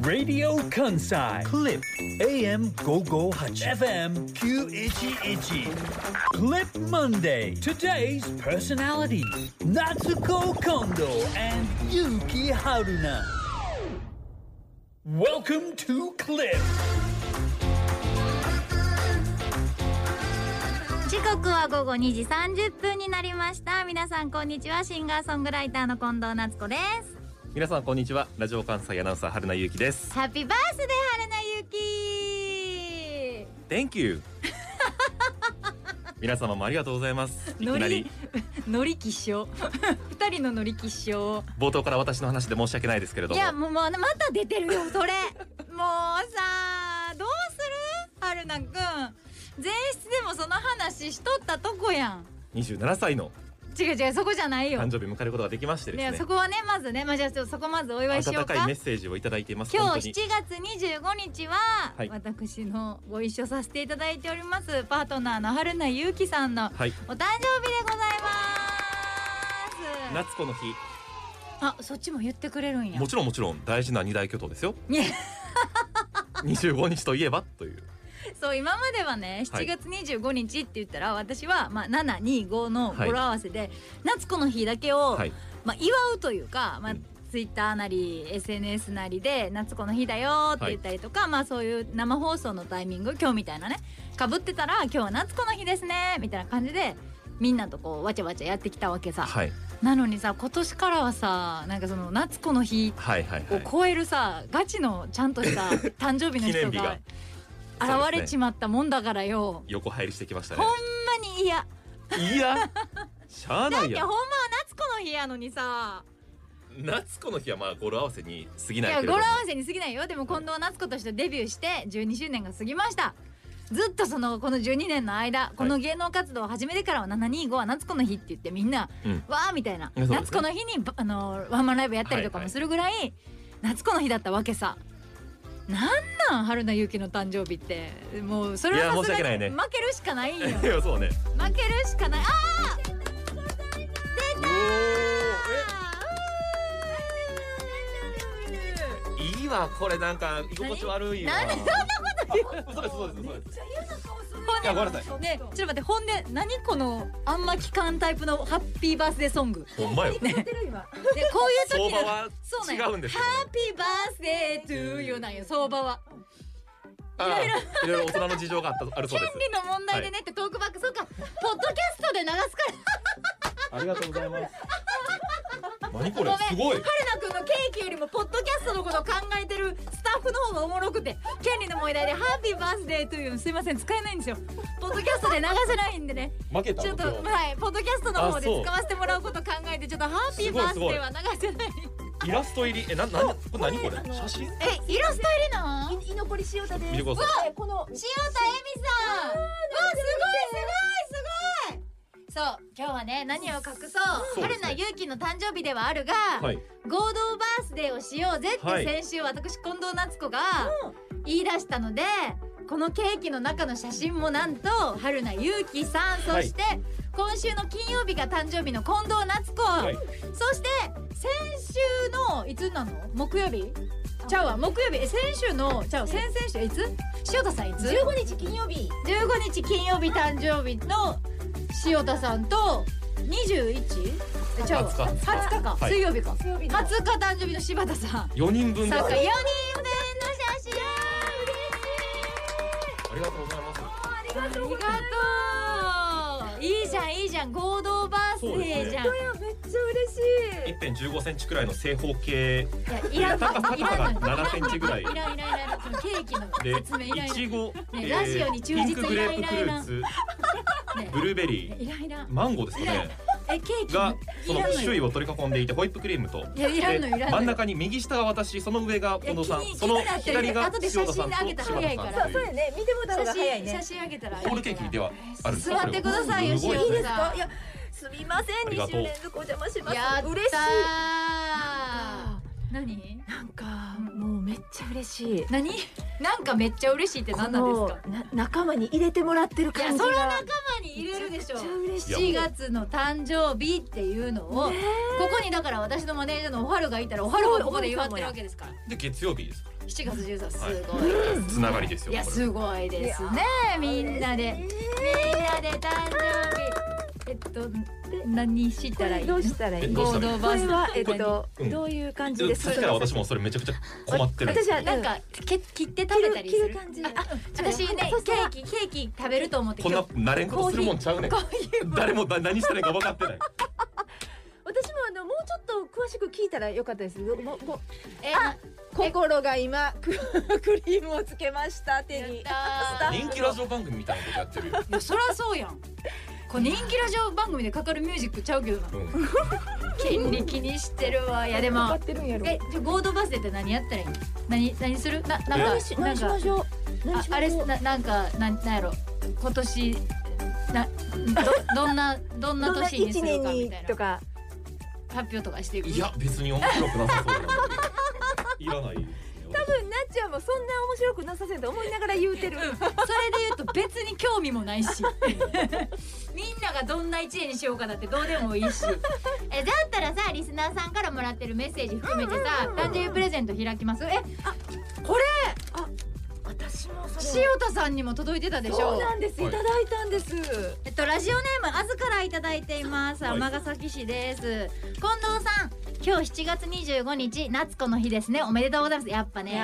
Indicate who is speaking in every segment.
Speaker 1: ラディオ関西クリップ AM558FM911 Clip Monday Today's personality Natsuko Kondo and Yuki Haruna Welcome to Clip
Speaker 2: 時刻は午後2時30分になりました皆さんこんにちはシンガーソングライターの近藤夏子で
Speaker 3: 皆さんこんにちはラジオ関西アナウンサー春名ゆうきです
Speaker 2: すハッピーバースデー春菜ゆき
Speaker 3: Thank you 皆様もありがとうございますいき
Speaker 2: ノ
Speaker 3: なり
Speaker 2: リ ノリ気象 二人のノリ気象
Speaker 3: 冒頭から私の話で申し訳ないですけれど
Speaker 2: い
Speaker 3: も
Speaker 2: やもうもうまた出てるよそれ もうさどうする春菜くん前室でもその話しとったとこやん
Speaker 3: 27歳の
Speaker 2: 違う違うそこじゃないよ
Speaker 3: 誕生日を迎えることができましてで
Speaker 2: い
Speaker 3: す
Speaker 2: や
Speaker 3: ね
Speaker 2: そこはねまずねまあじゃあちょっとそこまずお祝いしよう
Speaker 3: 温
Speaker 2: か
Speaker 3: かいメッセージをいただいています
Speaker 2: 今
Speaker 3: 本当
Speaker 2: 日7
Speaker 3: に
Speaker 2: 月25日は、
Speaker 3: はい
Speaker 2: 私のご一緒させていただいておりますパートナーの春名ゆうきさんの
Speaker 3: はい
Speaker 2: お誕生日でございます
Speaker 3: 夏子の日
Speaker 2: あそっちも言ってくれるんや
Speaker 3: もちろんもちろん大事な二大巨頭ですよ
Speaker 2: いや
Speaker 3: 25日といえばという
Speaker 2: そう今まではね
Speaker 3: は
Speaker 2: 7
Speaker 3: い
Speaker 2: 月25日って言ったら、私は、まあ、725の
Speaker 3: はい
Speaker 2: 語呂合わせで、夏子の日だけを、
Speaker 3: はい
Speaker 2: まあ、祝うというか、まあ
Speaker 3: うん
Speaker 2: ツイッターなり SNS なりで「夏子の日だよ」って言ったりとか、まあそういう生放送のタイミング今日みたいなねかぶってたら「今日は夏子の日ですね」みたいな感じでみんなとこうわちゃわちゃやってきたわけさ、
Speaker 3: はい
Speaker 2: なのにさ今年からはさなんかその「夏子の日
Speaker 3: はいはいは
Speaker 2: を
Speaker 3: い
Speaker 2: 超えるさ、ガチのちゃんとした 誕生日の人
Speaker 3: 記念日
Speaker 2: が
Speaker 3: が
Speaker 2: 現れちまったもんだからよ。
Speaker 3: 横入りしてきましたね
Speaker 2: ほんまに嫌
Speaker 3: いやしゃあ
Speaker 2: だ
Speaker 3: な
Speaker 2: っ
Speaker 3: い
Speaker 2: て
Speaker 3: や
Speaker 2: ほんまは夏子の日やのにさ
Speaker 3: 夏子の日はまあ語呂合わせに過ぎ
Speaker 2: い
Speaker 3: ない
Speaker 2: や
Speaker 3: けれ
Speaker 2: 語
Speaker 3: ど
Speaker 2: 呂合
Speaker 3: も
Speaker 2: わせに過ぎないよでも近藤夏子としてデビューして12周年が過ぎましたずっとそのこの12年の間この芸能活動を始めてからは725は夏子の日って言ってみんな、
Speaker 3: うん
Speaker 2: わーみたいな、
Speaker 3: そうですね
Speaker 2: 夏子の日にばあのワンマンライブやったりとかも
Speaker 3: はいはい
Speaker 2: するぐらい、夏子の日だったわけさなんなん春菜ゆきの誕生日ってもうそれ
Speaker 3: いや
Speaker 2: は
Speaker 3: 申し
Speaker 2: さす
Speaker 3: 訳
Speaker 2: が
Speaker 3: ない
Speaker 2: に
Speaker 3: ね
Speaker 2: 負けるしかないん よ
Speaker 3: いやそうね
Speaker 2: 負けるしかないあ
Speaker 3: おーえいいわこれなんか居心地悪いわ
Speaker 2: 何
Speaker 3: そうですそうですそうです
Speaker 2: ー
Speaker 3: いやごめんなさ
Speaker 2: ね、ちょっと待って、本音、何この、あんま聞かんタイプのハッピーバースデーソング。
Speaker 3: いほんまよ
Speaker 2: で、こういう
Speaker 3: 相
Speaker 2: 時な
Speaker 3: 場
Speaker 2: の。
Speaker 3: は
Speaker 2: そうなん
Speaker 3: 違
Speaker 2: や
Speaker 3: うんですよ
Speaker 2: ハッピーバースデートゥーユーなんよ、相場は。
Speaker 3: ああいろいろ大人の事情があったあるそう
Speaker 2: 権
Speaker 3: です
Speaker 2: 利の問題でねってトークバック、そうか、ポッドキャストで流すから。
Speaker 3: ありがとうございます何こ
Speaker 2: ご
Speaker 3: れ
Speaker 2: めん、
Speaker 3: すごい
Speaker 2: 春菜くんのケーキよりも、ポッドキャストのことを考えてるスタッフの方がおもろくて、権利の問題で、ハッピーバースデートゥーユー、すいません、使えないんですよ。ポッドキャストで流せないんでね。
Speaker 3: 負けた
Speaker 2: ちょっと、
Speaker 3: 僕
Speaker 2: はい、ポッドキャストの方で
Speaker 3: あそう
Speaker 2: 使わせてもらうこと考えて、ちょっとハッピーバースデーは流せない。
Speaker 3: イラスト入りえななこれ何これ写真
Speaker 2: え、イラスト入りなの。
Speaker 4: い居残り塩田です。
Speaker 3: 見てください
Speaker 4: えこの
Speaker 2: 塩田恵美さん。わあ、すごい、すごい、すごい。そう、今日はね、何を隠そう。
Speaker 3: そうで
Speaker 2: 春
Speaker 3: すね
Speaker 2: 菜ゆうきの誕生日ではあるが、
Speaker 3: はい
Speaker 2: 合同バースデーをしようぜって
Speaker 3: はい
Speaker 2: 先週私近藤夏子が言い出したので、このケーキの中の写真もなんと春菜ゆうきさんそ
Speaker 3: はい
Speaker 2: して今週の金曜日が誕生日の近藤夏子、
Speaker 3: い
Speaker 2: そして先週のいつなの木曜日ちゃうわ木曜日え先週のちゃう先々週いつ塩田さんいつ
Speaker 4: 15日金曜日。
Speaker 2: 15日金曜日誕生日の塩田さんと 21? えちゃうわ
Speaker 3: 20
Speaker 2: 20日か、
Speaker 3: はい
Speaker 2: 水曜日か
Speaker 4: 水曜日の。
Speaker 2: 20日誕生日の柴田さん
Speaker 3: 四人分で
Speaker 2: そ
Speaker 3: す
Speaker 2: う
Speaker 3: あ
Speaker 2: か4人分の写真
Speaker 3: りがとうございます
Speaker 2: ありがとういいじゃんいいじゃん合同バースデーじゃん、
Speaker 4: めっちゃ嬉しい。
Speaker 3: 一点十五センチくらいの正方形
Speaker 2: いやいらんの
Speaker 3: 高さ
Speaker 2: いらんの
Speaker 3: が7センチぐらい
Speaker 2: いらんいらんいらんそのケーキの
Speaker 3: で
Speaker 2: 説明いらん
Speaker 3: い
Speaker 2: いらん
Speaker 3: ちご
Speaker 2: ね
Speaker 3: えー
Speaker 2: ラジオに忠実
Speaker 3: ピンクグレープフルーツ
Speaker 2: ね
Speaker 3: ブルーベリー
Speaker 2: いらんいらん
Speaker 3: マンゴーですかね
Speaker 2: えケーキ
Speaker 3: がそ
Speaker 2: い
Speaker 3: の
Speaker 2: らんの
Speaker 3: 周囲
Speaker 2: よ
Speaker 3: を取り囲んでいてホイップクリームと
Speaker 2: いやいらんのよいらんのよ
Speaker 3: で真ん中に右下が私その上が近藤さん
Speaker 2: いや気に
Speaker 3: その
Speaker 2: 気になってる
Speaker 3: 左が
Speaker 2: 後で写
Speaker 3: 塩田さ
Speaker 2: 真
Speaker 3: ん
Speaker 2: で
Speaker 3: と
Speaker 2: あげ
Speaker 3: 柴
Speaker 2: たら早
Speaker 3: 田
Speaker 2: いから
Speaker 3: さ
Speaker 4: そ
Speaker 3: んと
Speaker 4: うそう
Speaker 3: い
Speaker 4: や
Speaker 3: う
Speaker 4: ね。見てもらった
Speaker 2: 写
Speaker 4: 方が早い
Speaker 2: 真
Speaker 4: ね
Speaker 2: 写。真あげたらいい
Speaker 3: ホールケーキではあるんです
Speaker 2: 座ってくださいよ
Speaker 3: すご
Speaker 2: 塩
Speaker 3: いで
Speaker 2: 田
Speaker 3: すね
Speaker 2: さん
Speaker 4: いやすみません
Speaker 3: ありが
Speaker 4: 2
Speaker 3: とう
Speaker 4: 週連続お邪魔します
Speaker 2: やったー
Speaker 4: 嬉しい
Speaker 2: 何
Speaker 5: なんかもうめっちゃ嬉しい。
Speaker 2: 何なんかめっちゃ嬉しいって何なんですか
Speaker 5: このな仲間に入れてもらってる感じが。
Speaker 2: いやそれは仲間に入れるでしょ
Speaker 5: めちゃ嬉し
Speaker 2: 4
Speaker 5: い。
Speaker 2: 月の誕生日っていうのを、ここにだから私のマネージャーのおはるがいたらおはるがここで祝ってるわけですから
Speaker 3: で月曜日ですか
Speaker 2: 7月13すごい
Speaker 3: はい
Speaker 2: です、
Speaker 3: らつながりですよ
Speaker 2: いや
Speaker 3: これ
Speaker 2: すごいですねみんなでみんなで誕生日えっと何したらいい
Speaker 5: ど
Speaker 2: の
Speaker 5: うしたらいい？
Speaker 3: どう
Speaker 5: こ
Speaker 3: し
Speaker 2: 合同バー
Speaker 5: れ
Speaker 2: スデ
Speaker 5: は
Speaker 2: ー
Speaker 5: えっと
Speaker 3: うん
Speaker 5: どういう感じ
Speaker 3: で
Speaker 5: です
Speaker 3: 確かに私もそれめちゃくちゃ困ってるんです
Speaker 5: 私は
Speaker 2: なんかけ切って食べたりす
Speaker 4: 着
Speaker 2: る
Speaker 4: る感じ
Speaker 2: あ私ね
Speaker 5: そう
Speaker 2: ケ
Speaker 5: そう
Speaker 2: ーキケーキ食べると思って
Speaker 3: こんな慣れんことするもんちゃうねん
Speaker 2: コーヒー
Speaker 3: 誰もだ 何したらいいか分かってない
Speaker 5: 私もあのもうちょっと詳しく聞いたらよかったです。もこ
Speaker 2: え
Speaker 5: 心が今ク クリームをつけました手
Speaker 2: やっ
Speaker 5: に。
Speaker 2: たー
Speaker 3: 人気ラジオ番組みたいなことやってるよ
Speaker 2: いやそりゃそうやんこう人気ラジオ番組でかかるミュージックちゃうけどな
Speaker 3: うん
Speaker 2: 権利気にしてるわいやでも
Speaker 5: ってるんや
Speaker 2: えじゃあ合同バースデーって何やったらいいの何何するななん
Speaker 3: 何
Speaker 2: かなんか
Speaker 5: ょう。
Speaker 2: ああれななんかなんなんやろ今年などどんなどんな
Speaker 5: どんな
Speaker 2: 年にす
Speaker 5: 一
Speaker 2: る
Speaker 5: 年
Speaker 2: かみ
Speaker 5: に
Speaker 2: たいな
Speaker 5: と
Speaker 2: 発
Speaker 5: か。
Speaker 2: 表とかしていく
Speaker 3: いや別に面白くなさそうだないらないですね
Speaker 5: 多分なっちゃんもそんな面白くなさせんと思いながら言うてる。
Speaker 2: それで言うと別に興味もない しみんながどんな一年にしようかだってどうでもいいし えだったらさリスナーさんからもらってるメッセージ含めてさ誕生日プレゼント開きますえ
Speaker 4: 私もそれ
Speaker 2: 塩田さんにも届いてたでし
Speaker 5: そう
Speaker 2: ょ
Speaker 5: なんです。
Speaker 3: はい
Speaker 5: いただいたんです。
Speaker 2: えっとラジオネームあずからいただいています
Speaker 3: はい
Speaker 2: 尼崎市です近藤さん今日7月25日夏子の日ですねおめでとうございますやっぱね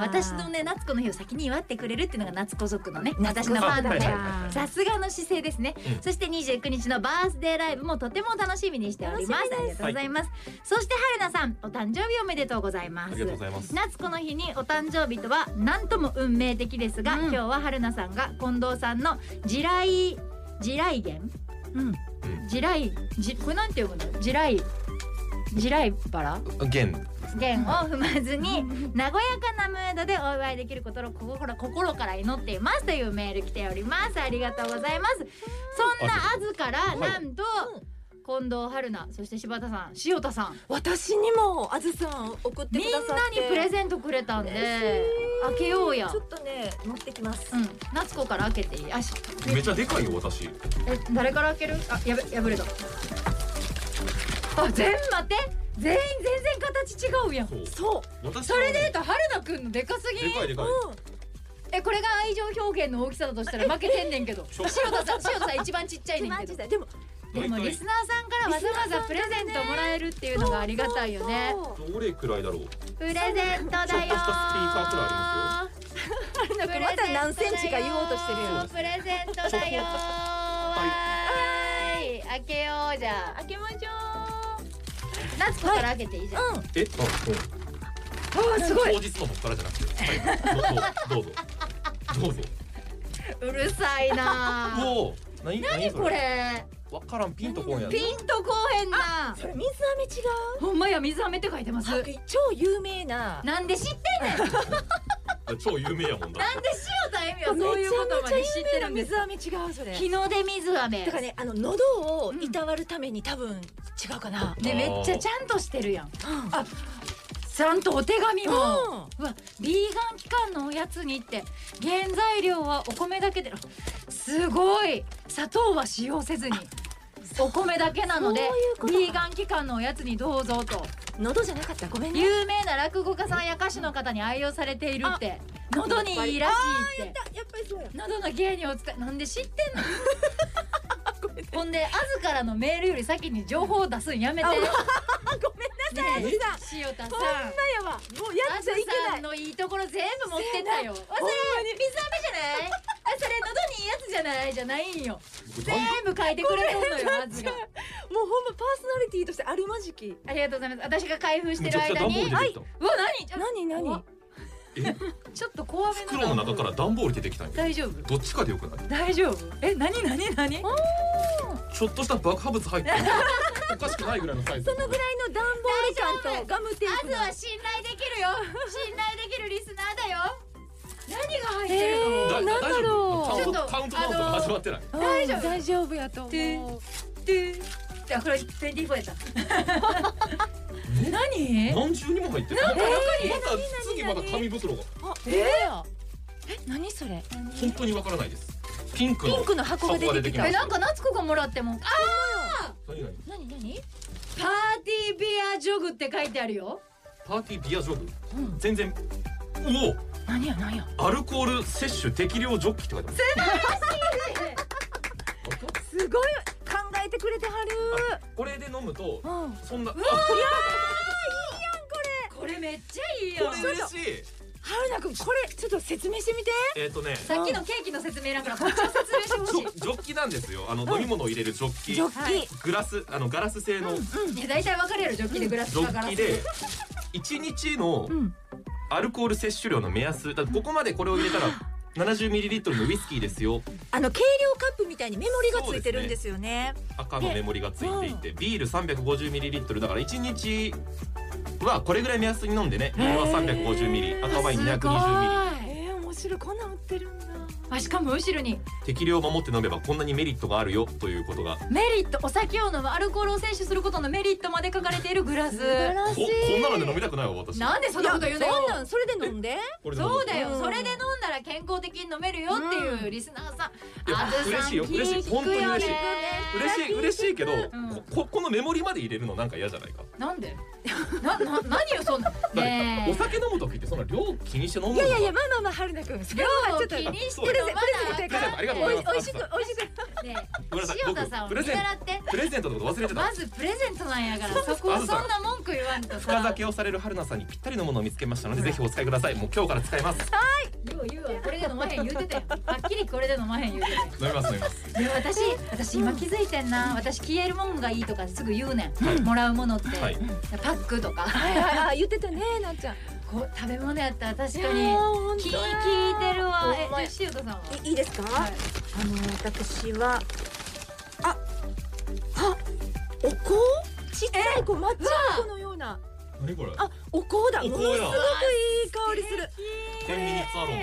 Speaker 2: 私のね夏子の日を先に祝ってくれるっていうのが夏子族のね私のファンなんで
Speaker 3: はいはいはいはい
Speaker 2: さすがの姿勢ですね、
Speaker 3: うん
Speaker 2: そして29日のバースデーライブもとても楽しみにしておりますありがとうございます、そして春菜さんお誕生日おめでとうございま
Speaker 3: あ
Speaker 2: す
Speaker 3: りがとうございます
Speaker 2: 夏子の日にお誕生日とは何とも運命的ですが、今日は春菜さんが近藤さんの地雷地雷源
Speaker 5: うん。
Speaker 2: 地雷じこれなんて呼ぶの地雷地雷バラ
Speaker 3: 現
Speaker 2: 弦を踏まずに和やかなムードでお祝いできることを心から心から祈っていますというメール来ておりますありがとうございますそんなあずから
Speaker 3: い
Speaker 2: なんと近藤春菜そして柴田さん塩田さん
Speaker 5: 私にもあずさん送って
Speaker 2: みん
Speaker 5: くださって。
Speaker 2: なにプレゼントくれたんで開けようや
Speaker 4: ちょっとね持ってきます
Speaker 2: うん夏子から開けていいあし
Speaker 3: めちゃでかいよ私
Speaker 2: え誰から開けるあやべ破れたあ全員待って全員全然形違うやん
Speaker 3: そう
Speaker 5: そう。
Speaker 3: 私
Speaker 2: それで言うと春菜くんのでかすぎん
Speaker 3: でかいでかい
Speaker 2: えこれが愛情表現の大きさだとしたら負けてんねんけど
Speaker 3: ショ
Speaker 2: 塩田
Speaker 3: ック
Speaker 2: さん塩田さん一番ちっちゃいねんけど
Speaker 5: でも
Speaker 2: でもリスナーさんからわざわざプレゼントもらえるっていうのがありがたいよね
Speaker 3: どれくらいだろう
Speaker 2: プレゼントだよ
Speaker 3: ちょっとしたスピーカーくらいあ
Speaker 2: ります
Speaker 5: よまた何センチか言おうとしてるよ
Speaker 2: プレゼントだよはーい開けようじゃあ
Speaker 4: 開けましょ
Speaker 2: 夏子から開けていいじゃん、
Speaker 3: えあうん
Speaker 5: あすごい。
Speaker 3: 当日の僕からじゃなくて、はい、どうぞどうぞ
Speaker 2: うるさいな
Speaker 3: どう
Speaker 2: ぁ
Speaker 3: ぞお何
Speaker 2: 何これ
Speaker 3: わからんピンとこんやん
Speaker 2: ピンとこうへんな
Speaker 4: それ水飴違
Speaker 2: ほんまや水飴って書いてます
Speaker 4: う超有名な
Speaker 2: なんで知ってんねん
Speaker 3: 超有名やもんだ
Speaker 2: なんで塩田恵美はそういうことまで知ってるんです
Speaker 5: 水飴違うそれ。
Speaker 2: 日の出水飴
Speaker 4: だからねあの喉をいたわるために多分違うかな
Speaker 2: でめっちゃちゃんとしてるやんあちゃんとお手紙も、うわビーガン期間のおやつにって原材料はお米だけですごい砂糖は使用せずにお米だけなので
Speaker 4: そういうこと
Speaker 2: ビーガン期間のおやつにどうぞと
Speaker 4: 喉じゃなかったごめんね
Speaker 2: 有名な落語家さんや歌手の方に愛用されているって喉にいいらしいって
Speaker 4: やっぱりそうや
Speaker 2: 喉の芸にお使いなんで知って んのほんであずからのメールより先に情報を出すんやめてごめんなさい、ねえ、塩田さん
Speaker 5: やば。もうや
Speaker 2: あ
Speaker 5: っ
Speaker 2: ず
Speaker 5: ちゃいけ
Speaker 2: さ
Speaker 5: ない
Speaker 2: ん。のいいところ全部持ってったよあそれ水飴じゃないあそれ喉にいいやつじゃないじゃないんよ全部書いてくれとんのよあずが
Speaker 5: もうほんまパーソナリティとしてあるまじき。
Speaker 2: ありがとうございます私が開封してる間
Speaker 3: めち
Speaker 2: に
Speaker 3: ゃくちゃ段ボール出てき
Speaker 2: うわ何ちょ
Speaker 5: 何
Speaker 2: 怖っ
Speaker 5: 何？
Speaker 2: ちょっと怖め
Speaker 3: 袋の中から段ボール出てきたんや
Speaker 2: 大丈夫
Speaker 3: どっちかでよくない
Speaker 2: 大丈夫え何何何
Speaker 3: ちょっとした爆破物入ってるおかしくないぐらいのサイズそのぐらい
Speaker 5: の段ボール感とガムテ
Speaker 2: あ
Speaker 5: ープ
Speaker 2: ず
Speaker 5: の。
Speaker 2: は信頼できるよ信頼できるリスナーだよ何が入ってるの
Speaker 3: だ
Speaker 5: なんだろう
Speaker 3: 大丈夫カウント
Speaker 2: ちょっと
Speaker 3: カウントダウンとか始まってない
Speaker 5: 大丈夫大丈夫やと
Speaker 2: て
Speaker 5: 思う。トゥーあこれ24やった
Speaker 2: 何
Speaker 3: 何重にも入ってる。また次また紙袋が
Speaker 4: ええ何それ
Speaker 3: 本当にわからないです。ピンクの
Speaker 4: ピンクの箱が出てきた
Speaker 3: 箱
Speaker 2: え
Speaker 3: が
Speaker 2: なんか夏子がもらってもあ
Speaker 3: 出てきた何何
Speaker 4: 何何
Speaker 2: パーティービアジョグって書いてあるよ
Speaker 3: パーティービアジョグ。
Speaker 4: うん
Speaker 3: 全然。お
Speaker 4: 何や何や
Speaker 3: お。アルコール摂取適量ジョッキって書いてある。
Speaker 4: すごい考えてくれてはる
Speaker 3: これで飲むと
Speaker 4: うん
Speaker 3: そんな。あ
Speaker 5: これめっちゃいい
Speaker 3: これ嬉しい。
Speaker 4: 春菜くんこれちょっと説明してみて
Speaker 3: えっとね。
Speaker 2: さっきのケーキの説明なんからこっちの説明してほ
Speaker 3: ジ
Speaker 2: し
Speaker 3: ョジョッキなんですよ。あの飲み物を入れるジョッキ。
Speaker 4: ジョッキ、
Speaker 2: はい
Speaker 3: グラスあのガラス製のジ
Speaker 2: いいや大体分かれるジョッキでグラス
Speaker 3: ョ
Speaker 2: だか
Speaker 3: ッ
Speaker 2: ら
Speaker 3: キで一日の
Speaker 4: ん
Speaker 3: アルコール摂取量の目安。だってここまでこれを入れたら70ミリリットルのウイスキーですよ。
Speaker 4: あの軽量カップみたいにメモリがついてるんですよね
Speaker 3: 赤のメモリがついていて、ビール 350ml だから1日はこれぐらい目安に飲んでね色は 350ml 赤ワイン 220ml
Speaker 4: えー、面白いこんなん売ってるんだ
Speaker 2: あしかも後ろに
Speaker 3: 適量を守って飲めばこんなにメリットがあるよということが
Speaker 2: メリットお酒を飲むアルコールを摂取することのメリットまで書かれているグラス
Speaker 3: ここんなので飲みたくないわ私
Speaker 2: なんでそんなこと言うの
Speaker 4: いや
Speaker 2: よ
Speaker 4: そんなんそれで飲んで
Speaker 3: これ飲む
Speaker 2: そうだよ、
Speaker 4: うん
Speaker 2: それで飲んだら健康的に飲めるよっていうリスナーさん、
Speaker 3: いや
Speaker 2: あず
Speaker 3: 嬉
Speaker 2: さん
Speaker 3: しいよ嬉しい本当に嬉
Speaker 2: 聞
Speaker 3: しい
Speaker 2: くよね
Speaker 3: 嬉しい嬉しいけど、
Speaker 2: ん
Speaker 3: こここのメモリまで入れるのなんか嫌じゃないか
Speaker 2: なんで なな何よそんな
Speaker 3: だってお
Speaker 2: ねえ
Speaker 3: 酒飲む時ってそんな量気にして飲むの
Speaker 4: いやいやいやまあまあまあ春菜くんそれは
Speaker 2: 量
Speaker 4: ちょ
Speaker 2: を
Speaker 4: っと
Speaker 2: 気にして
Speaker 3: あそう
Speaker 2: 飲
Speaker 3: だ
Speaker 2: まなあ
Speaker 4: プレゼントプレゼン
Speaker 2: か
Speaker 4: ト
Speaker 2: ん
Speaker 3: ありがとうご
Speaker 4: お
Speaker 3: ざ
Speaker 4: い
Speaker 3: います
Speaker 4: おいしくおいしく
Speaker 2: ね
Speaker 3: ごめんなさい
Speaker 2: 塩
Speaker 3: 僕
Speaker 2: 田さんを
Speaker 3: プ
Speaker 2: 見
Speaker 3: レゼン
Speaker 2: 習って
Speaker 3: プレゼントのこと忘れてた
Speaker 2: まずプレゼントなんやからそこをそんな文句言わんと
Speaker 3: 深
Speaker 2: さ
Speaker 3: 酒をされる春菜さんにぴったりのものを見つけましたのでぜひお使いくださいもう今日から使います
Speaker 2: よう言うわこれで飲まへん言うてたよはっきりこれで飲まへん言うてたよ
Speaker 3: 飲みます飲みま
Speaker 2: い
Speaker 3: す
Speaker 2: や私私今気づいてんな私消えるもんがいいとかすぐ言うねん、もらうものって、
Speaker 3: はい
Speaker 2: パックとか
Speaker 4: はいはいはい言ってたねなっちゃん
Speaker 2: こう食べ物やったら確か
Speaker 4: いや
Speaker 2: に
Speaker 4: ー本
Speaker 2: 気
Speaker 4: 当
Speaker 2: 聞
Speaker 4: だ
Speaker 2: いてるわえ
Speaker 4: ほんまや
Speaker 2: じゃあ塩田さんはい
Speaker 4: いいですか、
Speaker 2: はい
Speaker 4: あの私はああお香ちっちゃいこう抹茶お香のような
Speaker 3: 何これ
Speaker 4: あお香だ
Speaker 3: お香や
Speaker 4: ものすごくいい香りする
Speaker 3: 天秤につわろう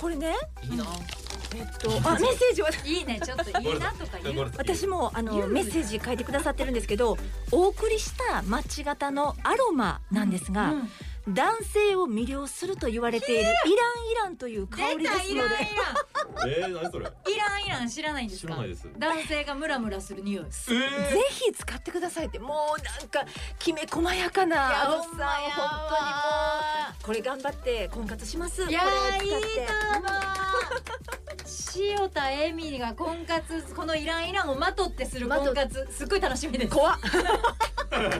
Speaker 4: これね
Speaker 3: いいな
Speaker 4: えっとあメッセージはい
Speaker 2: いねちょっといいなとか言う
Speaker 4: 私もあ
Speaker 2: 言う
Speaker 4: の
Speaker 2: ん
Speaker 4: メ
Speaker 2: です
Speaker 4: ッセージ書いてくださってるんですけどお送りしたマッチ型のアロマなんですが、
Speaker 2: うん
Speaker 4: 男性を魅了すると言われているイランイランという香
Speaker 2: 出
Speaker 4: りです
Speaker 2: たいらん
Speaker 4: ので
Speaker 3: えー、何それ
Speaker 2: いらんいらんいらん知らないんです
Speaker 3: 知
Speaker 2: から
Speaker 3: ないです
Speaker 2: 男性がムラムラする匂い
Speaker 3: え
Speaker 4: ぜひ使ってくださいってもうなんかきめ細やかなあずさん本当にもうこれ頑張って婚活します
Speaker 2: いや
Speaker 4: こ
Speaker 2: ーい
Speaker 4: れ
Speaker 2: い
Speaker 4: 使って
Speaker 2: なー塩田恵美が婚活このイランイランをまとってする婚活すっごい楽しみです
Speaker 4: 怖っ怖っ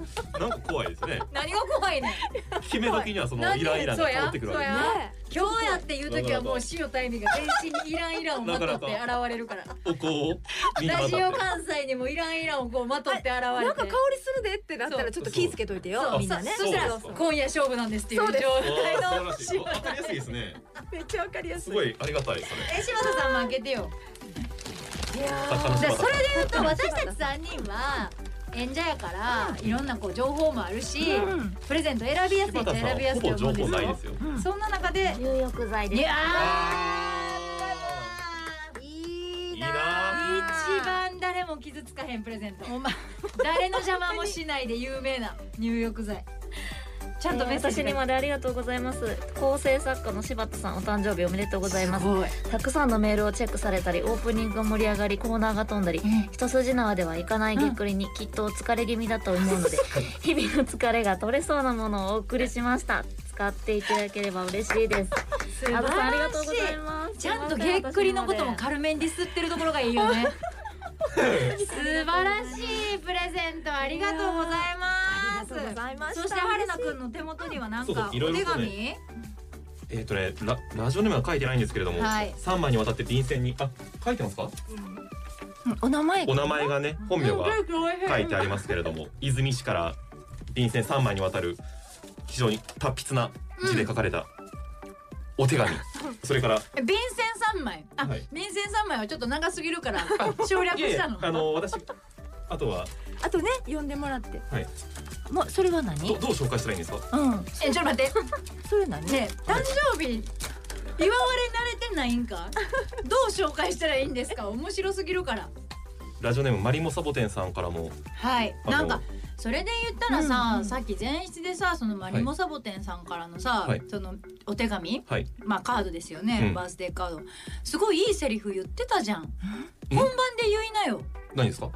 Speaker 3: ー、なんか怖いですね
Speaker 2: 何が怖いねん
Speaker 3: 決め時にはそのイランイランが通ってくるわけ
Speaker 2: そう
Speaker 3: ね
Speaker 2: や
Speaker 4: ね
Speaker 2: 今日やっていう時はもう塩田恵美が全身にイランイランをまとって現れるから
Speaker 3: お香を身に
Speaker 2: ラ
Speaker 3: まとって
Speaker 2: ジオ関西にもイランイランをこうまとって現れて
Speaker 4: なんか香りするでってなったらちょっと気ぃつけといて
Speaker 2: そ
Speaker 4: よ
Speaker 2: う
Speaker 4: みんなね
Speaker 2: そそしたら
Speaker 3: そうそう
Speaker 2: 今夜勝負なんですっていう
Speaker 4: そ
Speaker 2: 状
Speaker 4: うです
Speaker 2: 態
Speaker 3: あー
Speaker 2: の柴
Speaker 3: 素晴らしいわかりやすいですね
Speaker 4: めっちゃわかりやす
Speaker 3: す
Speaker 4: い
Speaker 3: ごいありがたいそれ
Speaker 2: え柴田さん負けてよ
Speaker 4: いや
Speaker 3: 作
Speaker 2: だか
Speaker 3: 家の
Speaker 2: ら
Speaker 3: 柴田
Speaker 2: それで言うと私たち三人は演者やからいろんなこう情報もあるし、
Speaker 4: うん
Speaker 2: プレゼント選びやすい
Speaker 3: 柴
Speaker 2: っ
Speaker 3: 田
Speaker 2: て
Speaker 3: さん
Speaker 2: 選び
Speaker 3: は
Speaker 2: や
Speaker 3: ほ
Speaker 2: すい
Speaker 3: ぼ
Speaker 2: と思
Speaker 3: 情
Speaker 2: うんです
Speaker 3: 報ない
Speaker 2: よ
Speaker 3: ですよ
Speaker 2: そんな中で
Speaker 5: 入浴剤
Speaker 2: いや
Speaker 3: あ
Speaker 2: ーいい
Speaker 3: い
Speaker 2: ない
Speaker 3: な
Speaker 2: 一番誰も傷つかへんプレゼント誰の邪魔もしないで有名な入浴剤ちゃんとメッセージ
Speaker 5: 私にまでありがとうございます構成作家の柴田さんお誕生日おめでとうございます
Speaker 2: ごい
Speaker 5: たくさんのメールをチェックされたりオープニングが盛り上がりコーナーが飛んだり
Speaker 2: うん
Speaker 5: 一筋縄ではいかないぎっくりに、きっとお疲れ気味だと思う ので日々の疲れが取れそうなものをお送りしました使っていただければ嬉しいです
Speaker 2: 素晴
Speaker 5: あずさんありが
Speaker 2: ら
Speaker 5: とうござい
Speaker 2: し
Speaker 5: ます
Speaker 2: いちゃんとげっくりのことも
Speaker 5: か
Speaker 2: 軽めにディスってるところがいいよね 素晴らしいプレゼントありがとうござい
Speaker 4: あ
Speaker 2: ま
Speaker 4: り
Speaker 2: す
Speaker 4: がとうございました
Speaker 2: そして春菜くんの手元にはなん
Speaker 3: そうそう
Speaker 2: かお
Speaker 3: いろい
Speaker 2: 手
Speaker 3: ろとね
Speaker 2: 紙、
Speaker 3: えっ、とねララジオネームは書いてないんですけれども、
Speaker 2: はい
Speaker 3: 3枚にわたって便箋にあ書いてますか
Speaker 4: うんお名前
Speaker 3: お名前がね本名が書いてありますけれども泉市から便箋3枚にわたる非常に達筆な字で書かれたお手紙、それから
Speaker 2: 便箋三枚あ、
Speaker 3: はい
Speaker 2: 便箋三枚はちょっと長すぎる から省略
Speaker 3: いえい
Speaker 2: し
Speaker 3: え
Speaker 2: たの
Speaker 3: あの私あとは
Speaker 4: あとね呼んでもらって
Speaker 3: はい
Speaker 4: もうそれは何
Speaker 3: ど
Speaker 4: う
Speaker 3: どう紹介したらいいんですか
Speaker 4: ん
Speaker 2: えちょっと 待って
Speaker 4: それ何
Speaker 2: ねえ誕生日祝 われ慣れてないんかどう紹介したらいいんですか面白すぎるから
Speaker 3: ラジオネームマリモサボテンさんからも
Speaker 2: はい
Speaker 3: あの
Speaker 2: なんかそれで言ったらさ、
Speaker 5: うんうん
Speaker 2: さっき前室でさそのマリモサボテンさんからのさ、
Speaker 3: はい
Speaker 2: そのお手紙
Speaker 3: はい
Speaker 2: まあカードですよね、
Speaker 3: うん
Speaker 2: バースデーカードすごいいいセリフ言ってたじゃん
Speaker 3: うん
Speaker 2: 本番で言いなよ
Speaker 3: 何ですか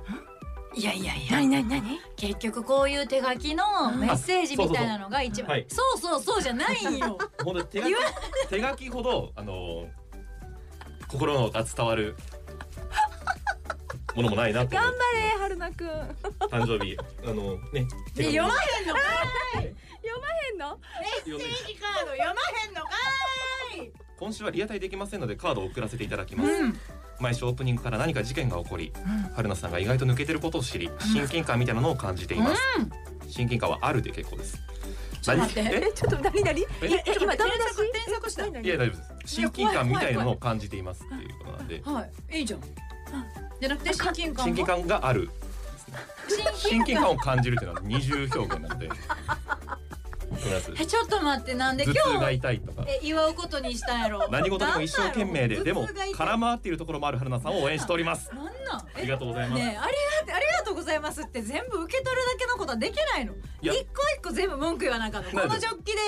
Speaker 2: いやいやいや
Speaker 4: 何何何
Speaker 2: 結局こういう手書きのメッセージみたいなのが一番
Speaker 3: あ
Speaker 2: そうそうそうじゃないん よ
Speaker 3: 本当に手書き
Speaker 2: 言わ
Speaker 3: 手書きほどあの心が伝わるものもないなと思って
Speaker 4: えー、春菜くん変
Speaker 3: 誕生日
Speaker 2: で読まへん
Speaker 3: あのね
Speaker 2: のか
Speaker 4: の
Speaker 3: 読んで
Speaker 2: いカード読まへんのか
Speaker 3: 今週はリアタイできませんのでカードを送らせていただきます、
Speaker 2: うん
Speaker 3: 毎週オープニングから何か事件が起こり、春菜さんが意外と抜けてることを知り親近感みたいなのを感じています、親近感はあるで結構です
Speaker 2: ちょっと待って
Speaker 3: 何
Speaker 4: えちょっと何何い
Speaker 3: え
Speaker 4: やえ今ダメ出し
Speaker 2: 添削した
Speaker 4: 何
Speaker 3: いや大丈夫です親近感みたいなのを感じていますっていうことなんで
Speaker 2: はいいいじゃんじゃなくて親近感
Speaker 3: 親近感がある親近感を感じるっていうのは二重表現なん で僕のやつ
Speaker 2: えちょっと待ってなんで
Speaker 3: 頭
Speaker 2: 今
Speaker 3: 痛が
Speaker 2: 日
Speaker 3: 痛いとか
Speaker 2: え祝うことにしたんやろ
Speaker 3: 何事でも一生懸命ででも
Speaker 2: 絡
Speaker 3: 空回っているところもある春菜さんを応援しております
Speaker 2: なんなん
Speaker 3: ありがとうございます、
Speaker 2: ねえありがとありがとうございますって全部受け取るだけのことはできないの
Speaker 3: いや
Speaker 2: 一個一個全部文句言わなあかんのこ
Speaker 3: なんで
Speaker 2: のジョッキで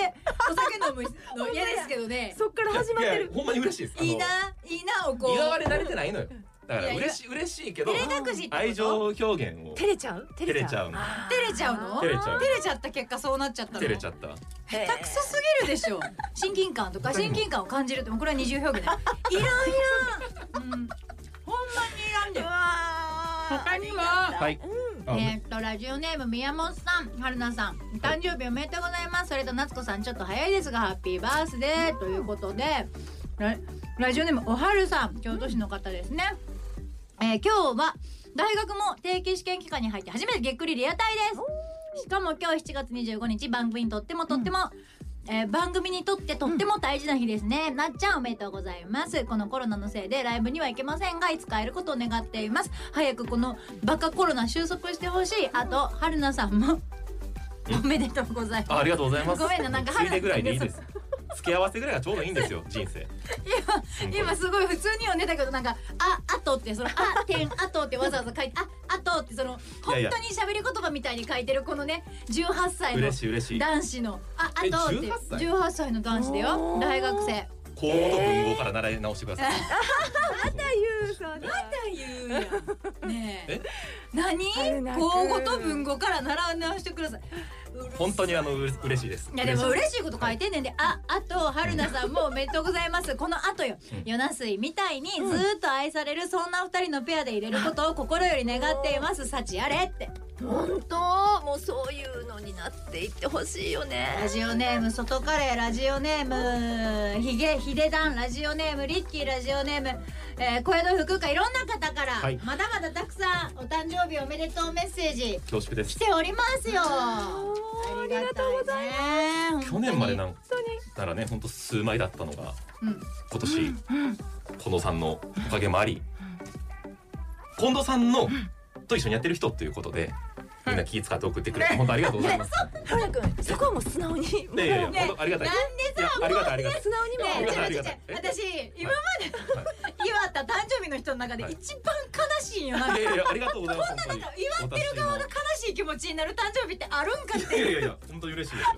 Speaker 2: お酒飲むの嫌ですけど ね
Speaker 4: そっから
Speaker 3: いや
Speaker 4: 始まって
Speaker 3: い
Speaker 4: る
Speaker 3: やほんまに嬉しいですあの
Speaker 2: いいないいなおこ
Speaker 3: 苦笑い慣れてないのよだから
Speaker 2: いや
Speaker 3: 嬉しい嬉しいけど
Speaker 2: 照れ隠しってこと
Speaker 3: 愛情表現を
Speaker 4: 照れちゃう
Speaker 3: 照れちゃうの
Speaker 4: あー
Speaker 2: 照れちゃうの
Speaker 3: 照れちゃう
Speaker 2: 照れちゃった結果そうなっちゃったの
Speaker 3: 照れちゃった
Speaker 4: へー
Speaker 2: 下手くそすぎるでしょ親近感とか親近感を感じるってもうこれは二重表現だ いらんいらん、うん、ほんまにいらんねん
Speaker 4: うわー
Speaker 2: 他には
Speaker 3: はいあ
Speaker 2: えーっとラジオネーム宮本さん春菜さん誕生日おめでとうございますそれと夏子さんちょっと早いですがハッピーバースデーということでララジオネームおはるさん京都市の方ですね、えー今日は大学も定期試験期間に入って初めてげっくりリアタイですしかも今日7月25日番組にとってもとっても、えー番組にとってとっても大事な日ですね、なっちゃんおめでとうございますこのコロナのせいでライブには行けませんがいつか会えることを願っています早くこのバカコロナ収束してほしいあと春菜さんもおめでとうござい
Speaker 3: あ
Speaker 2: ま
Speaker 3: あ
Speaker 2: す
Speaker 3: りがとうございます
Speaker 2: ごめんねなんか
Speaker 3: ついでぐらいでいいです付け合わせぐらいがちょうどいいんですよ人生
Speaker 2: 今すごい普通に読んでたけどなんか「ああと」ってその「あ点あと」ってわざわざ書いて「ああと」ってその本当
Speaker 3: いやい
Speaker 2: に
Speaker 3: や
Speaker 2: 喋り言葉みたいに書いてるこのね18歳の
Speaker 3: 嬉しい嬉しい
Speaker 2: 男子の「ああ
Speaker 3: え
Speaker 2: と」って
Speaker 3: 18歳
Speaker 2: 18歳の男子だよ
Speaker 4: おー
Speaker 2: 大学生。
Speaker 3: 高音と文豪から習い直してく ださい
Speaker 4: ゆうさんだ
Speaker 2: 言うやん。ねえ
Speaker 3: え。
Speaker 2: 何
Speaker 4: 春？菜くん
Speaker 2: 口語と文語から習い直してください。
Speaker 3: 本当にあのうれ嬉しいです
Speaker 2: いやでも
Speaker 3: 嬉し
Speaker 2: 嬉しいこと書いてんねんで、あ、あと春菜さんもおめでとうございます。この後よ
Speaker 3: うん、
Speaker 2: ヨナスイみたいにずーっと愛されるそんなお二人のペアで入れることを心より願っています。幸あれって。
Speaker 4: 本当もうそういうのになっていってほしいよ
Speaker 2: ラ
Speaker 4: ね
Speaker 2: ジオネーム外カレーラジオネームヒゲヒデダンラジオネームリッキーラジオネーム、えー、小宿福岡いろんな方から、
Speaker 3: はい
Speaker 2: まだまだたくさんお誕生日おめでとうメッセージ
Speaker 3: 恐縮です
Speaker 2: 来ておりますよ。
Speaker 4: ーありがとうござい
Speaker 2: ます。
Speaker 3: 去年までなんんならね本当数枚だったのが
Speaker 2: うん
Speaker 3: 今年近藤さんのおかげもあり近藤さんのと一緒にやってる人ということでみんな気使って送ってくれて本当ありがとうございます。
Speaker 4: 春菜くんそこはもう素直に
Speaker 3: いやいやいや
Speaker 2: ね
Speaker 3: 本当ありがたい。
Speaker 2: なんで
Speaker 3: いやありがたいありがたい。
Speaker 4: 素直にも
Speaker 2: ねえ、違う
Speaker 3: あり
Speaker 2: 違う違
Speaker 3: が
Speaker 2: う
Speaker 3: たいありがたい
Speaker 2: 私今まで祝った誕生日の人の中で
Speaker 3: はい
Speaker 2: 一番悲しいよなんか
Speaker 3: いやいやありがとうございます。本当に
Speaker 2: 祝ってる側が悲しい気持ちになる誕生日ってあるんかっ
Speaker 3: 私のいやい
Speaker 2: て
Speaker 3: やいや本当に嬉しいですよ。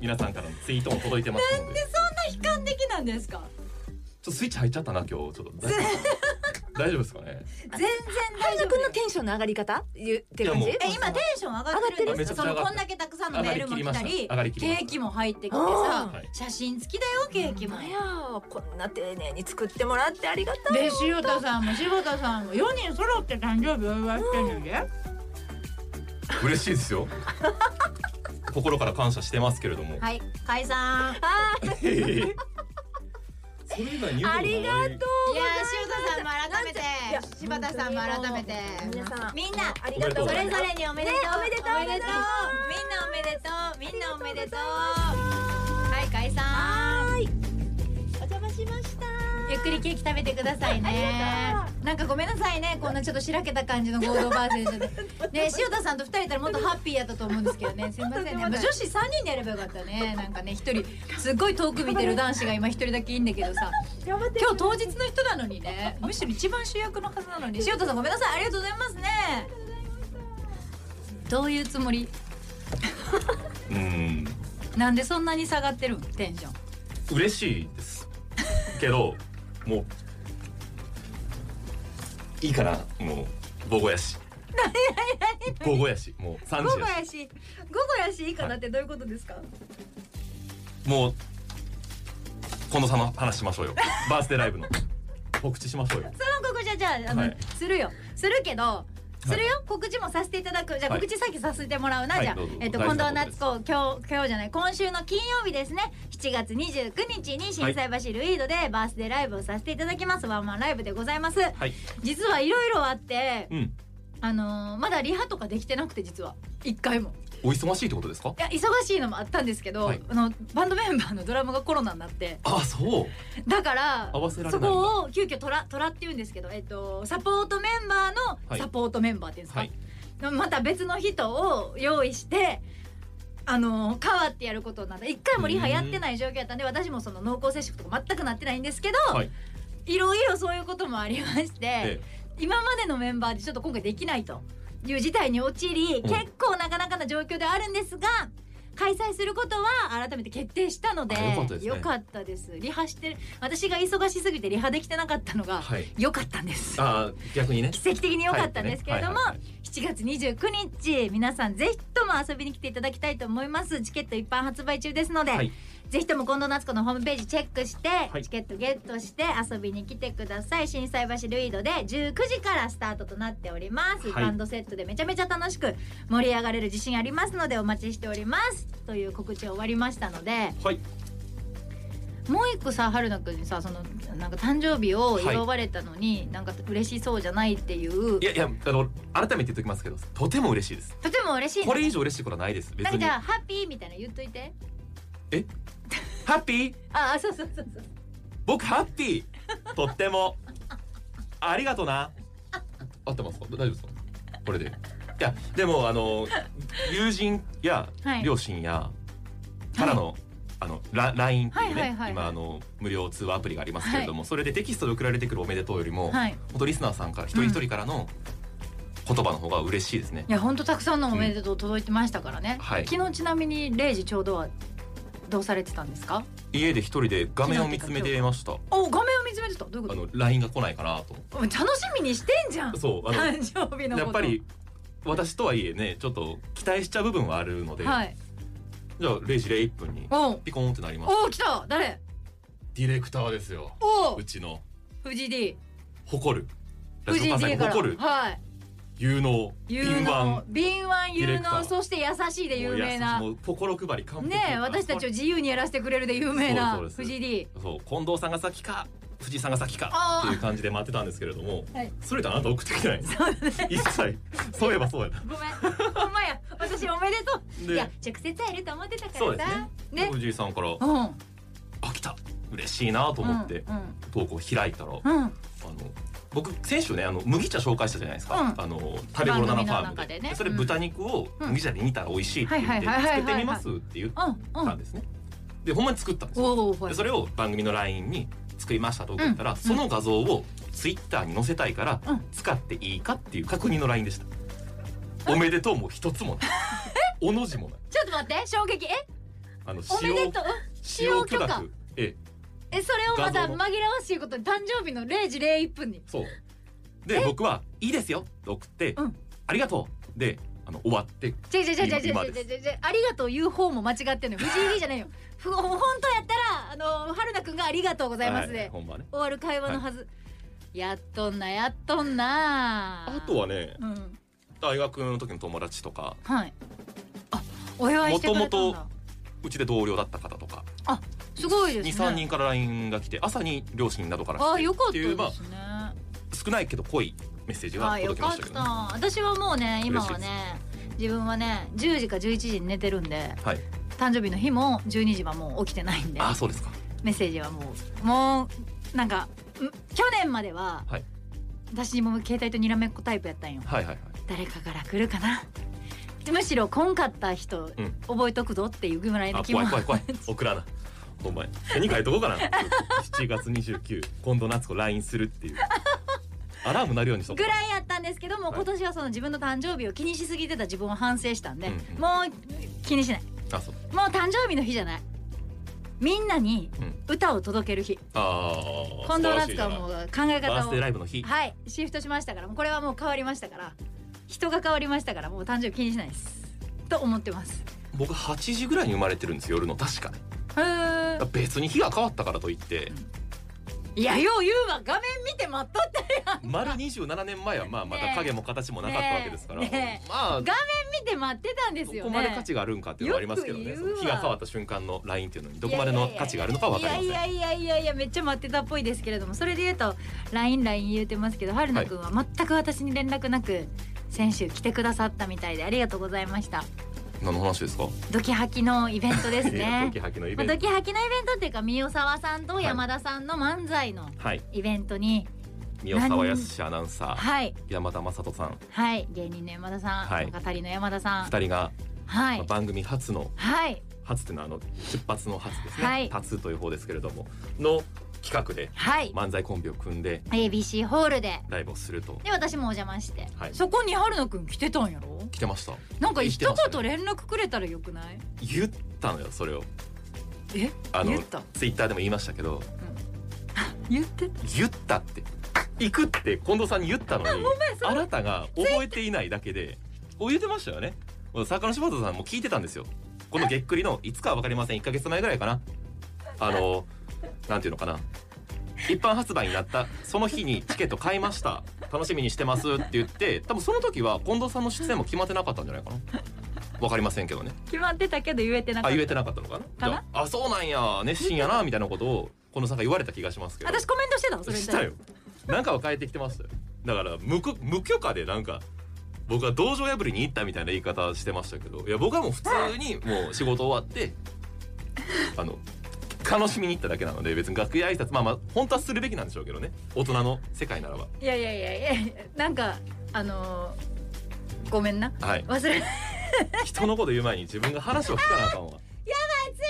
Speaker 3: 皆さんからのツイートも届いてますので。ちょ
Speaker 2: 悲観的なんですか
Speaker 3: っとスイッチ入っちゃったな今日ちょっと大 丈夫大丈夫ですかね。
Speaker 2: 全然大
Speaker 4: 春
Speaker 2: 丈
Speaker 4: 菜
Speaker 2: 夫だ
Speaker 4: くんの
Speaker 2: よ
Speaker 4: テンションの上がり方言ってる感
Speaker 3: い
Speaker 4: じ
Speaker 3: やも
Speaker 2: え今テンション上がってるんですかその
Speaker 3: 上がってる
Speaker 2: こんだけたくさんのメールも来たり
Speaker 3: 上がりきり
Speaker 2: ケ
Speaker 3: ました
Speaker 2: ーキも入ってきて
Speaker 4: あ
Speaker 2: さ
Speaker 3: ーはい
Speaker 2: 写真付きだよケーキも
Speaker 4: まやこんな丁寧に作ってもらってありがた
Speaker 2: で
Speaker 4: い
Speaker 2: 塩田さんも柴田さんも4人揃って誕生日お祝いしてるんで、
Speaker 3: 嬉しいですよ。心から感謝してますけれども。
Speaker 2: はい解散
Speaker 3: いやいやいやそれ以外に言うことない
Speaker 4: あ
Speaker 2: い
Speaker 4: りがと
Speaker 2: やー塩田さんも改めて
Speaker 4: いや
Speaker 2: 柴田さんも改めて
Speaker 4: 皆さん
Speaker 2: みんな
Speaker 4: ありがとう
Speaker 2: そ
Speaker 4: ござ
Speaker 2: れ
Speaker 4: います
Speaker 2: ぞれにおめでとう、
Speaker 4: ねおめでと
Speaker 2: お
Speaker 4: う
Speaker 2: めでとうみんなおめでとうみんなおめでとうはい解散
Speaker 4: お邪魔しました
Speaker 2: ゆっくりケーキ食べてくださいね。なんかごめんなさいね、こんなちょっとしらけた感じの合同バージョンで。 ね、塩田さんと二人いたらもっとハッピーやったと思うんですけど ね。すみませんね。まあ女子三人でやればよかったね。なんかね、一人すごい遠く見てる男子が今一人だけいいんだけどさ。
Speaker 4: 頑張って
Speaker 2: 今日当日の人なのにね。むしろ一番主役のはずなのに。塩田さんごめんなさい。ありがとうございますね。どういうつもり？
Speaker 3: うん
Speaker 2: なんでそんなに下がってるんテンション。
Speaker 3: 嬉しいですけどもういいかなもう母語やし母語やしもう3
Speaker 2: 午
Speaker 3: 時
Speaker 2: 後
Speaker 3: やし
Speaker 2: やし、午後やしいいかなってどういうことですか？
Speaker 3: もう近藤さんの話しましょうよバースデーライブの告知しましょうよ
Speaker 2: その告知はじゃああの、
Speaker 3: はい
Speaker 2: するよするけどするよ、告知もさせていただくじゃあ
Speaker 3: はい
Speaker 2: 告知先させてもらうな、
Speaker 3: はい
Speaker 2: じゃあ
Speaker 3: どうぞ
Speaker 2: えっと
Speaker 3: 大
Speaker 2: 近
Speaker 3: 事な
Speaker 2: 藤夏
Speaker 3: ことです
Speaker 2: 子今日今日じゃない今週の金曜日ですね7月29日に心斎橋ルイードでバースデーライブをさせていただきます、ワンマンライブでございます
Speaker 3: はい
Speaker 2: 実はいろいろあって
Speaker 3: うん
Speaker 2: あのーまだリハとかできてなくて実は一回も
Speaker 3: お忙しいってことですか
Speaker 2: いや忙しいのもあったんですけど、
Speaker 3: はい
Speaker 2: あのバンドメンバーのドラムがコロナになって
Speaker 3: あそう
Speaker 2: だから
Speaker 3: 合わせられな
Speaker 2: そ
Speaker 3: いんだ
Speaker 2: こを急遽トラトラって言うんですけど、えっと、サポートメンバー
Speaker 3: は
Speaker 2: の
Speaker 3: い
Speaker 2: サポートメンバーっていうんですか、
Speaker 3: はい
Speaker 2: また別の人を用意して。あの変わってやることになった一回もリハやってない状況やったんで私もその濃厚接触とか全くなってないんですけど、
Speaker 3: はいい、
Speaker 2: ろいろそういうこともありまして、
Speaker 3: え
Speaker 2: 今までのメンバーでちょっと今回できないという事態に陥り、
Speaker 3: ん
Speaker 2: 結構なかなかな状況ではあるんですが開催することは改めて決定したので
Speaker 3: あよかったですね
Speaker 2: よかったですリハしてる私が忙しすぎてリハできてなかったのが
Speaker 3: はい
Speaker 2: 良かったんです、
Speaker 3: あー逆にね
Speaker 2: 奇跡的に良かったんですけれども、
Speaker 3: はいはいはい
Speaker 2: 7月29日皆さんぜひとも遊びに来ていただきたいと思いますチケット一般発売中ですので、
Speaker 3: はい
Speaker 2: ぜひとも近藤夏子のホームページチェックして、
Speaker 3: い
Speaker 2: チケットゲットして遊びに来てください心斎橋ルイードで19時からスタートとなっております、
Speaker 3: はい
Speaker 2: バンドセットでめちゃめちゃ楽しく盛り上がれる自信ありますのでお待ちしておりますという告知を終わりましたので
Speaker 3: はい
Speaker 2: もう一個さ春菜くんにさそのなんか誕生日を祝われたのに、なんか嬉しそうじゃないっていう
Speaker 3: いやいやあの改めて言っておきますけどとても嬉しいです
Speaker 2: とても嬉しいね
Speaker 3: これ以上嬉しいことはないです別
Speaker 2: なんかじ
Speaker 3: に
Speaker 2: ゃあ
Speaker 3: ハ
Speaker 2: ハッピーみたいなの言っといて
Speaker 3: ッピー
Speaker 2: ああそうそうそうそう
Speaker 3: 僕ハッピーとってもありがとな合ってますか大丈夫ですかこれでいやでもあの友人や
Speaker 2: はい
Speaker 3: 両親やからの、あのラ LINE っていうね、
Speaker 2: はいはいはいはい
Speaker 3: 今あの無料通話アプリがありますけれども、それでテキストで送られてくるおめでとうよりも、
Speaker 2: はいい
Speaker 3: 本当リスナーさんから一人一人からの言葉の方が嬉しいですね、
Speaker 2: やほんとたくさんのおめでとう届いてましたからね、
Speaker 3: はい
Speaker 2: 昨日ちなみに0時ちょうどはどうされてたんですか
Speaker 3: 家で一人で画面を見つめてましたあ
Speaker 2: お画面を見つめてたどういうこと
Speaker 3: の LINE が来ないかなと
Speaker 2: お楽しみにしてんじゃん
Speaker 3: そうあの
Speaker 2: 誕生日のこと
Speaker 3: やっぱり私とはいえねちょっと期待しちゃう部分はあるので、
Speaker 2: はい
Speaker 3: じゃあ0時01分に
Speaker 2: おう
Speaker 3: ピコーンってなります
Speaker 2: おう来た誰
Speaker 3: ディレクターですよ
Speaker 2: おう
Speaker 3: うちの
Speaker 2: 藤井 D
Speaker 3: 誇るラジ
Speaker 2: 藤
Speaker 3: オ
Speaker 2: 井
Speaker 3: 関西
Speaker 2: D
Speaker 3: が
Speaker 2: から
Speaker 3: 誇る
Speaker 2: はい
Speaker 3: 有能
Speaker 2: 有
Speaker 3: 敏
Speaker 2: 能
Speaker 3: 腕
Speaker 2: 敏腕
Speaker 3: ディ
Speaker 2: 有
Speaker 3: レクタ
Speaker 2: 能
Speaker 3: ー
Speaker 2: そして優しいで有名な
Speaker 3: もう優しいもう心配り完璧
Speaker 2: ねえ私たちを
Speaker 3: を
Speaker 2: 自由にやらせてくれるで有名な
Speaker 3: そうですそうで
Speaker 2: 藤
Speaker 3: す
Speaker 2: 井 D
Speaker 3: そう近藤さんが先か藤井さんが先
Speaker 2: あ
Speaker 3: か
Speaker 2: ー
Speaker 3: っていう感じで待ってたんですけれども、
Speaker 2: はい
Speaker 3: それとあなた送ってきてない 一切そういえばそうやな
Speaker 2: ごめんほんまや私おめでとう
Speaker 3: で
Speaker 2: いや直接会えると思ってた
Speaker 3: そう
Speaker 2: か
Speaker 3: で
Speaker 2: ら
Speaker 3: す
Speaker 2: さ
Speaker 3: ね藤井さんから「
Speaker 2: うん
Speaker 3: あ来た嬉しいな」と思って
Speaker 2: う
Speaker 3: 投稿開いたら、あの
Speaker 2: んうん、うん
Speaker 3: 僕先週ねあの麦茶紹介したじゃないですか、
Speaker 2: うん
Speaker 3: あの食べ頃7ファー
Speaker 2: 番組の
Speaker 3: ム
Speaker 2: 中
Speaker 3: で
Speaker 2: でね
Speaker 3: それ豚肉を
Speaker 2: うん
Speaker 3: 麦茶で煮たら美味しいって言
Speaker 2: は
Speaker 3: っ
Speaker 2: い
Speaker 3: て
Speaker 2: はいはいはいはい
Speaker 3: 作ってみますって言っ
Speaker 2: うんう
Speaker 3: たん
Speaker 2: ん
Speaker 3: ですね。でほんまに作ったんですよ。
Speaker 2: おおほ
Speaker 3: で
Speaker 2: ら
Speaker 3: それを番組の LINE に作りましたと送ったら、その画像を Twitter に載せたいから
Speaker 2: うん
Speaker 3: 使っていいかっていう確認の LINE でした。おめでとうも一つも ない。おの字もない。
Speaker 2: ちょっと待って衝撃え
Speaker 3: あの
Speaker 2: お
Speaker 3: 使
Speaker 2: め
Speaker 3: 用
Speaker 2: でとう
Speaker 3: 使用
Speaker 2: 使
Speaker 3: 許
Speaker 2: 用許可
Speaker 3: 諾。ええ
Speaker 2: えそれをまた
Speaker 3: 画像
Speaker 2: 紛
Speaker 3: の
Speaker 2: らわしいことに誕生日の0時01分に
Speaker 3: そう。で僕は「いいですよ」って送って「
Speaker 2: うん
Speaker 3: ありがとう」であの終わって
Speaker 2: 違う違う違う違う違う違う
Speaker 3: 今
Speaker 2: 違う
Speaker 3: で
Speaker 2: 違うありがとう言う方も間違ってんのよ藤井 D じゃ ないよふ本当やったらあの春菜くんがありがとうございますで、
Speaker 3: はい、ほんまね。
Speaker 2: 終わる会話のはず、やっとんなやっとんな
Speaker 3: あとはね
Speaker 2: うん
Speaker 3: 大学の時の友達とか
Speaker 2: はいあお祝いしてくれたん
Speaker 3: 元
Speaker 2: だ
Speaker 3: 々うちで同僚だった方とか
Speaker 2: すごいですね
Speaker 3: 23人から LINE が来て朝に両親などから来て
Speaker 2: あよかった
Speaker 3: って
Speaker 2: で
Speaker 3: いう、
Speaker 2: す
Speaker 3: まあ
Speaker 2: ね、
Speaker 3: 少ないけど濃いメッセージが
Speaker 2: あよ
Speaker 3: 届きま
Speaker 2: かっ
Speaker 3: したけど、ね、
Speaker 2: た私はもうね今は
Speaker 3: 嬉しい
Speaker 2: ね
Speaker 3: で
Speaker 2: 自分はね10時か11時に寝てるんで
Speaker 3: はい
Speaker 2: 誕生日の日も12時はもう起きてないんで
Speaker 3: あそうですか
Speaker 2: メッセージはもうもうなんかん去年までは、
Speaker 3: はい
Speaker 2: 私も携帯とにらめっこタイプやったんよ
Speaker 3: はいはいはい
Speaker 2: 誰かから来るかなむしろこんかった人、
Speaker 3: うん
Speaker 2: 覚えとくぞっていうぐらいの
Speaker 3: あ
Speaker 2: 気持
Speaker 3: 怖い
Speaker 2: ち
Speaker 3: 怖い怖い送らなお前何書いとこうかな7月29今度夏子 LINE す るっていうアラーム鳴るようにしとこ
Speaker 2: ぐ
Speaker 3: う
Speaker 2: らいやったんですけども、
Speaker 3: はい
Speaker 2: 今年はその自分の誕生日を気にしすぎてた自分を反省したんで、
Speaker 3: うんうん
Speaker 2: もう気にしない
Speaker 3: あそう
Speaker 2: もう誕生日の日じゃないみんなに
Speaker 3: うん
Speaker 2: 歌を届ける日、
Speaker 3: あー
Speaker 2: 近藤夏子はもう考
Speaker 3: 素
Speaker 2: え
Speaker 3: 晴らしいなバー
Speaker 2: 方
Speaker 3: ス
Speaker 2: を
Speaker 3: デーライブの日
Speaker 2: はいシフトしましたからもうこれはもう変わりましたから人が変わりましたからもう誕生日気にしないですと思ってます
Speaker 3: 僕8時ぐらいに生まれてるんですよ夜の確かね
Speaker 2: へー
Speaker 3: だから別に日が変わったからといって
Speaker 2: いやよう言うわ画面見て待っとって
Speaker 3: 丸27年前はまあまた影も形もなかったわけですから、
Speaker 2: ねえね
Speaker 3: まあ
Speaker 2: が見て待ってたんです
Speaker 3: ど
Speaker 2: よね
Speaker 3: こまで価値があるんかっていうのはありますけどね
Speaker 2: よく
Speaker 3: そ
Speaker 2: 言うわ
Speaker 3: の日が変わった瞬間のラインっていうのにどこまでの価値があるのかは分かりません
Speaker 2: いやいやいやいやいやめっちゃ待ってたっぽいですけれどもそれで言うと LINELINE 言うてますけど春菜くんは全く私に連絡なく先週来てくださったみたいでありがとうございました
Speaker 3: 何の話ですか、
Speaker 2: ドキハキのイベントです
Speaker 3: いやド
Speaker 2: ね
Speaker 3: キハキのイ
Speaker 2: ま
Speaker 3: ベ
Speaker 2: あ
Speaker 3: ント
Speaker 2: ドキハキのイベントっていうか三代沢さんと山田さんの漫才の
Speaker 3: はい
Speaker 2: イベントに
Speaker 3: 三代沢康史アナウンサー
Speaker 2: はい
Speaker 3: 山田雅人さん
Speaker 2: はい芸人の山田さん、
Speaker 3: はい
Speaker 2: 語りの山田さん
Speaker 3: 二人が
Speaker 2: は
Speaker 3: まあ
Speaker 2: い
Speaker 3: 番組初の
Speaker 2: はい
Speaker 3: 初っていうのはあの出発の初ですね、
Speaker 2: はい
Speaker 3: 初という方ですけれどもの企画で
Speaker 2: はい
Speaker 3: 漫才コンビを組んで
Speaker 2: ABC ホールで
Speaker 3: ライブをすると
Speaker 2: で私もお邪魔して、
Speaker 3: はい
Speaker 2: そこに春菜くん来てたんやろ
Speaker 3: 来てました
Speaker 2: なんか一
Speaker 3: 言ってました
Speaker 2: 言
Speaker 3: ね
Speaker 2: 連絡くれたらよくない
Speaker 3: 言ったのよそれを
Speaker 2: え
Speaker 3: あの
Speaker 2: 言った
Speaker 3: ツイッターでも言いましたけど
Speaker 2: 言ってた
Speaker 3: 言ったって行くって近藤さんに言ったのにあなたが覚えていないだけでお言ってましたよねもう坂野柴田さんも聞いてたんですよこのげっくりのいつかは分かりません1ヶ月前ぐらいかなあのなんていうのかな一般発売になったその日にチケット買いました楽しみにしてますって言って多分その時は近藤さんの出演も決まってなかったんじゃないかな分かりませんけどね
Speaker 2: 決まってたけど言えてなか
Speaker 3: あ
Speaker 2: っ
Speaker 3: 言
Speaker 2: た
Speaker 3: えてなかったのかな
Speaker 2: かな
Speaker 3: じゃああそうなんや熱心やなみたいなことを近藤さんが言われた気がしますけど
Speaker 2: 私コメントしてたのそれに
Speaker 3: し
Speaker 2: 対
Speaker 3: た
Speaker 2: して
Speaker 3: よなんかは変えてきてましたよだから無許無許可でなんか僕は道場破りに行ったみたいな言い方してましたけどいや僕はもう普通にもう仕事終わってあの楽しみに行っただけなので別に楽屋挨拶まあまあ本当はするべきなんでしょうけどね大人の世界ならば
Speaker 2: いやいやいやいやなんかあのーごめんな
Speaker 3: はい
Speaker 2: 忘れない
Speaker 3: 人のこと言う前に自分が話を聞かなあかんわ
Speaker 2: ついに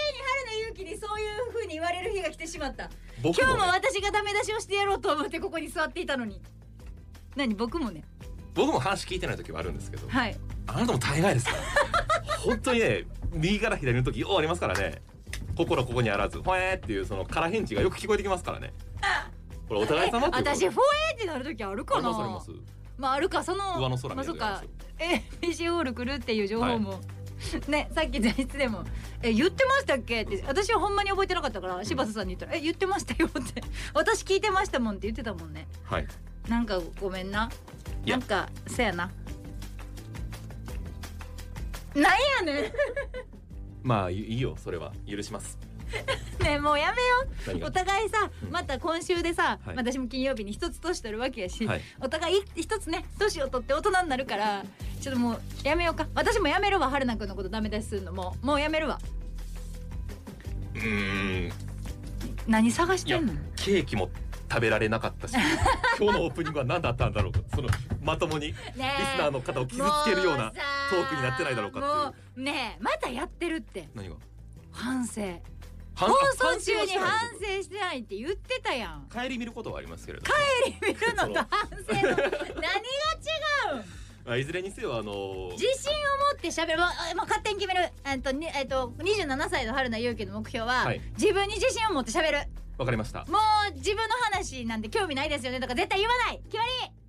Speaker 2: 春の勇気にそういう風に言われる日が来てしまった
Speaker 3: 僕
Speaker 2: 今
Speaker 3: も,、
Speaker 2: 日も
Speaker 3: ね、
Speaker 2: 私がダメ出しをしてやろうと思ってここに座っていたのに何僕もね
Speaker 3: 僕も話聞いてない時はあるんですけど
Speaker 2: はい
Speaker 3: あなたも大概ですから本当にね右から左の時ようありますからね心ここにあらずほえーっていうその空返事がよく聞こえてきますからねこれお互い様っていうこと
Speaker 2: 私フォーエってなる時ある
Speaker 3: あ
Speaker 2: か
Speaker 3: り
Speaker 2: な
Speaker 3: ますあります
Speaker 2: まああるかその
Speaker 3: 上の空
Speaker 2: ま
Speaker 3: み
Speaker 2: あ
Speaker 3: た
Speaker 2: そっ
Speaker 3: いなのがあ
Speaker 2: か
Speaker 3: りますよ
Speaker 2: ABC ホール来るっていう情報も、 ねさっき前室でも「え言ってましたっけ?」って私はほんまに覚えてなかったから柴田さんに言ったら「え言ってましたよ」って 「私聞いてましたもん」って言ってたもんね
Speaker 3: はい
Speaker 2: なんかごめんない
Speaker 3: や
Speaker 2: なんかせやななん やね
Speaker 3: まあいいよそれは許します
Speaker 2: んねもうやめよ
Speaker 3: 何
Speaker 2: う
Speaker 3: が
Speaker 2: お互いさ
Speaker 3: うん
Speaker 2: また今週でさ、
Speaker 3: はい
Speaker 2: まあ私も金曜日に一つ年取るわけやし、
Speaker 3: はい
Speaker 2: お互い一つね年を取って大人になるからちょっともうやめようか私もやめるわ春菜くんのことダメ出しするのもうもうやめるわ
Speaker 3: うーん
Speaker 2: 何探し
Speaker 3: い
Speaker 2: て
Speaker 3: や
Speaker 2: んの
Speaker 3: ケーキも食べられなか ったし今日のオープニングは何だったんだろうかそのまともにリス
Speaker 2: ねえ
Speaker 3: ナーの方を傷つけるような
Speaker 2: もさ
Speaker 3: トークになってないだろうかっていう
Speaker 2: もうねえまたやってるって
Speaker 3: 何が
Speaker 2: 反省
Speaker 3: 放
Speaker 2: 放送中に反省してないって言ってたやん
Speaker 3: 帰り見ることはありますけれども
Speaker 2: 見るのと反省の何が違う
Speaker 3: まあいずれにせよあの
Speaker 2: 自信を持ってしゃべるもうあもう勝手に決めるえっと,、にえっと27歳の春菜勇気の目標は、
Speaker 3: はい
Speaker 2: 自分に自信を持ってしゃべる
Speaker 3: わかりました
Speaker 2: もう自分の話なんて興味ないですよねとか絶対言わない決まり